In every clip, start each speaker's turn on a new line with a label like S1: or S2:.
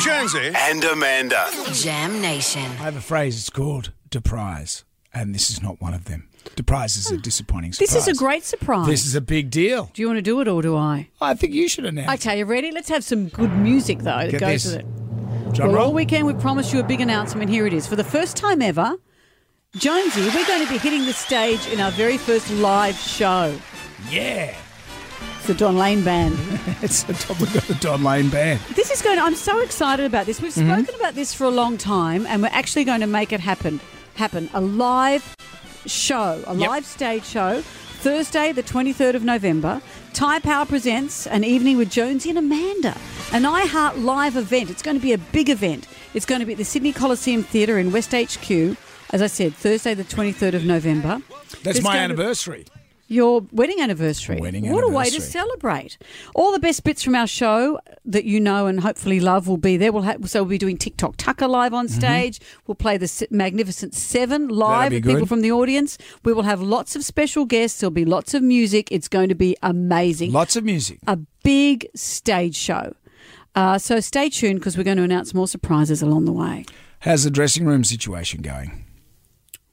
S1: Jonesy.
S2: and Amanda.
S3: Jam Nation.
S4: I have a phrase. It's called deprise, and this is not one of them. Deprise is a disappointing surprise.
S5: This is a great surprise.
S4: This is a big deal.
S5: Do you want to do it or do I?
S4: I think you should announce.
S5: Okay, you ready? Let's have some good music though that
S4: Get
S5: goes
S4: this.
S5: with it.
S4: Drum
S5: well,
S4: roll.
S5: all weekend we promised you a big announcement. Here it is. For the first time ever, Jonesy, we're going to be hitting the stage in our very first live show.
S4: yeah,
S5: It's the Don Lane Band.
S4: it's the top of the Don Lane band.
S5: This is going. I'm so excited about this. We've spoken about this for a long time, and we're actually going to make it happen. Happen a live show, a live stage show, Thursday, the 23rd of November. Thai Power presents an evening with Jonesy and Amanda, an iHeart live event. It's going to be a big event. It's going to be at the Sydney Coliseum Theatre in West HQ. As I said, Thursday, the 23rd of November.
S4: That's
S5: It's
S4: my
S5: going to-
S4: anniversary.
S5: your wedding anniversary.
S4: Wedding
S5: what a way to
S4: anniversary.
S5: celebrate. All the best bits from our show that you know and hopefully love will be there. We'll ha- so we'll be doing TikTok Tucker live on stage. We'll play the S- Magnificent Seven
S4: Mm-hmm.
S5: live
S4: be
S5: with people
S4: good.
S5: from the audience. We will have lots of special guests. There'll be lots of music. It's going to be amazing.
S4: Lots of music.
S5: a big stage show. Uh, so stay tuned because we're going to announce more surprises along the way.
S4: How's the dressing room situation going?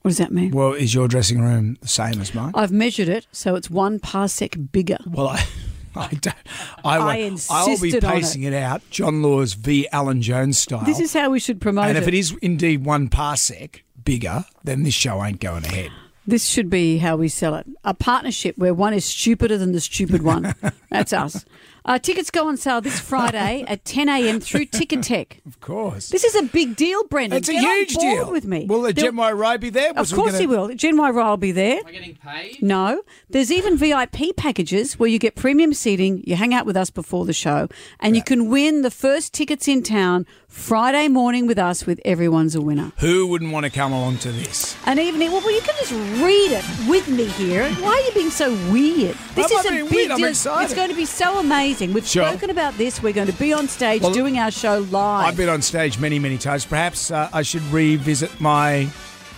S5: What does that mean?
S4: Well, is your dressing room the same as mine?
S5: I've measured it, so it's one parsec bigger.
S4: Well, I, I don't. I, won't. I'll be
S5: insisted on
S4: pacing it. out, John Law's v. Alan Jones style.
S5: This is how we should promote
S4: and
S5: it.
S4: if it is indeed one parsec bigger, then this show ain't going ahead.
S5: This should be how we sell it a partnership where one is stupider than the stupid one. That's us. Uh, tickets go on sale this Friday at 10 a.m. through Ticketek.
S4: Of course,
S5: This is a big deal, Brendan.
S4: it's a
S5: Get on
S4: huge
S5: board
S4: deal.
S5: with me.
S4: Will the
S5: There-
S4: Jet My Ride be there?
S5: Of course he will. Gen Y Ryle will be there. Am I getting paid? No. There's even VIP packages where you get premium seating, you hang out with us before the show, and you can win the first tickets in town Friday morning with us with Everyone's a Winner.
S4: Who wouldn't want to come along to this?
S5: an evening. Well, well, you can just read it with me here. Why are you being so weird? This
S4: I'm
S5: is
S4: not
S5: a
S4: being
S5: big
S4: weird. I'm
S5: deal.
S4: excited.
S5: It's going to be so amazing. We've
S4: Sure.
S5: spoken about this. We're going to be on stage
S4: Well,
S5: doing our show live.
S4: I've been on stage many, many times. Perhaps uh, I should revisit my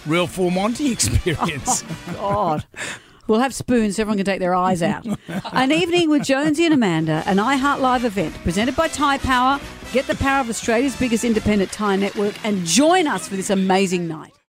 S4: real full Monty experience.
S5: God. We'll have spoons so everyone can take their eyes out. An evening with Jonesy and Amanda, an iHeart Live event presented by Thai Power. Get the power of Australia's biggest independent Thai network and join us for this amazing night.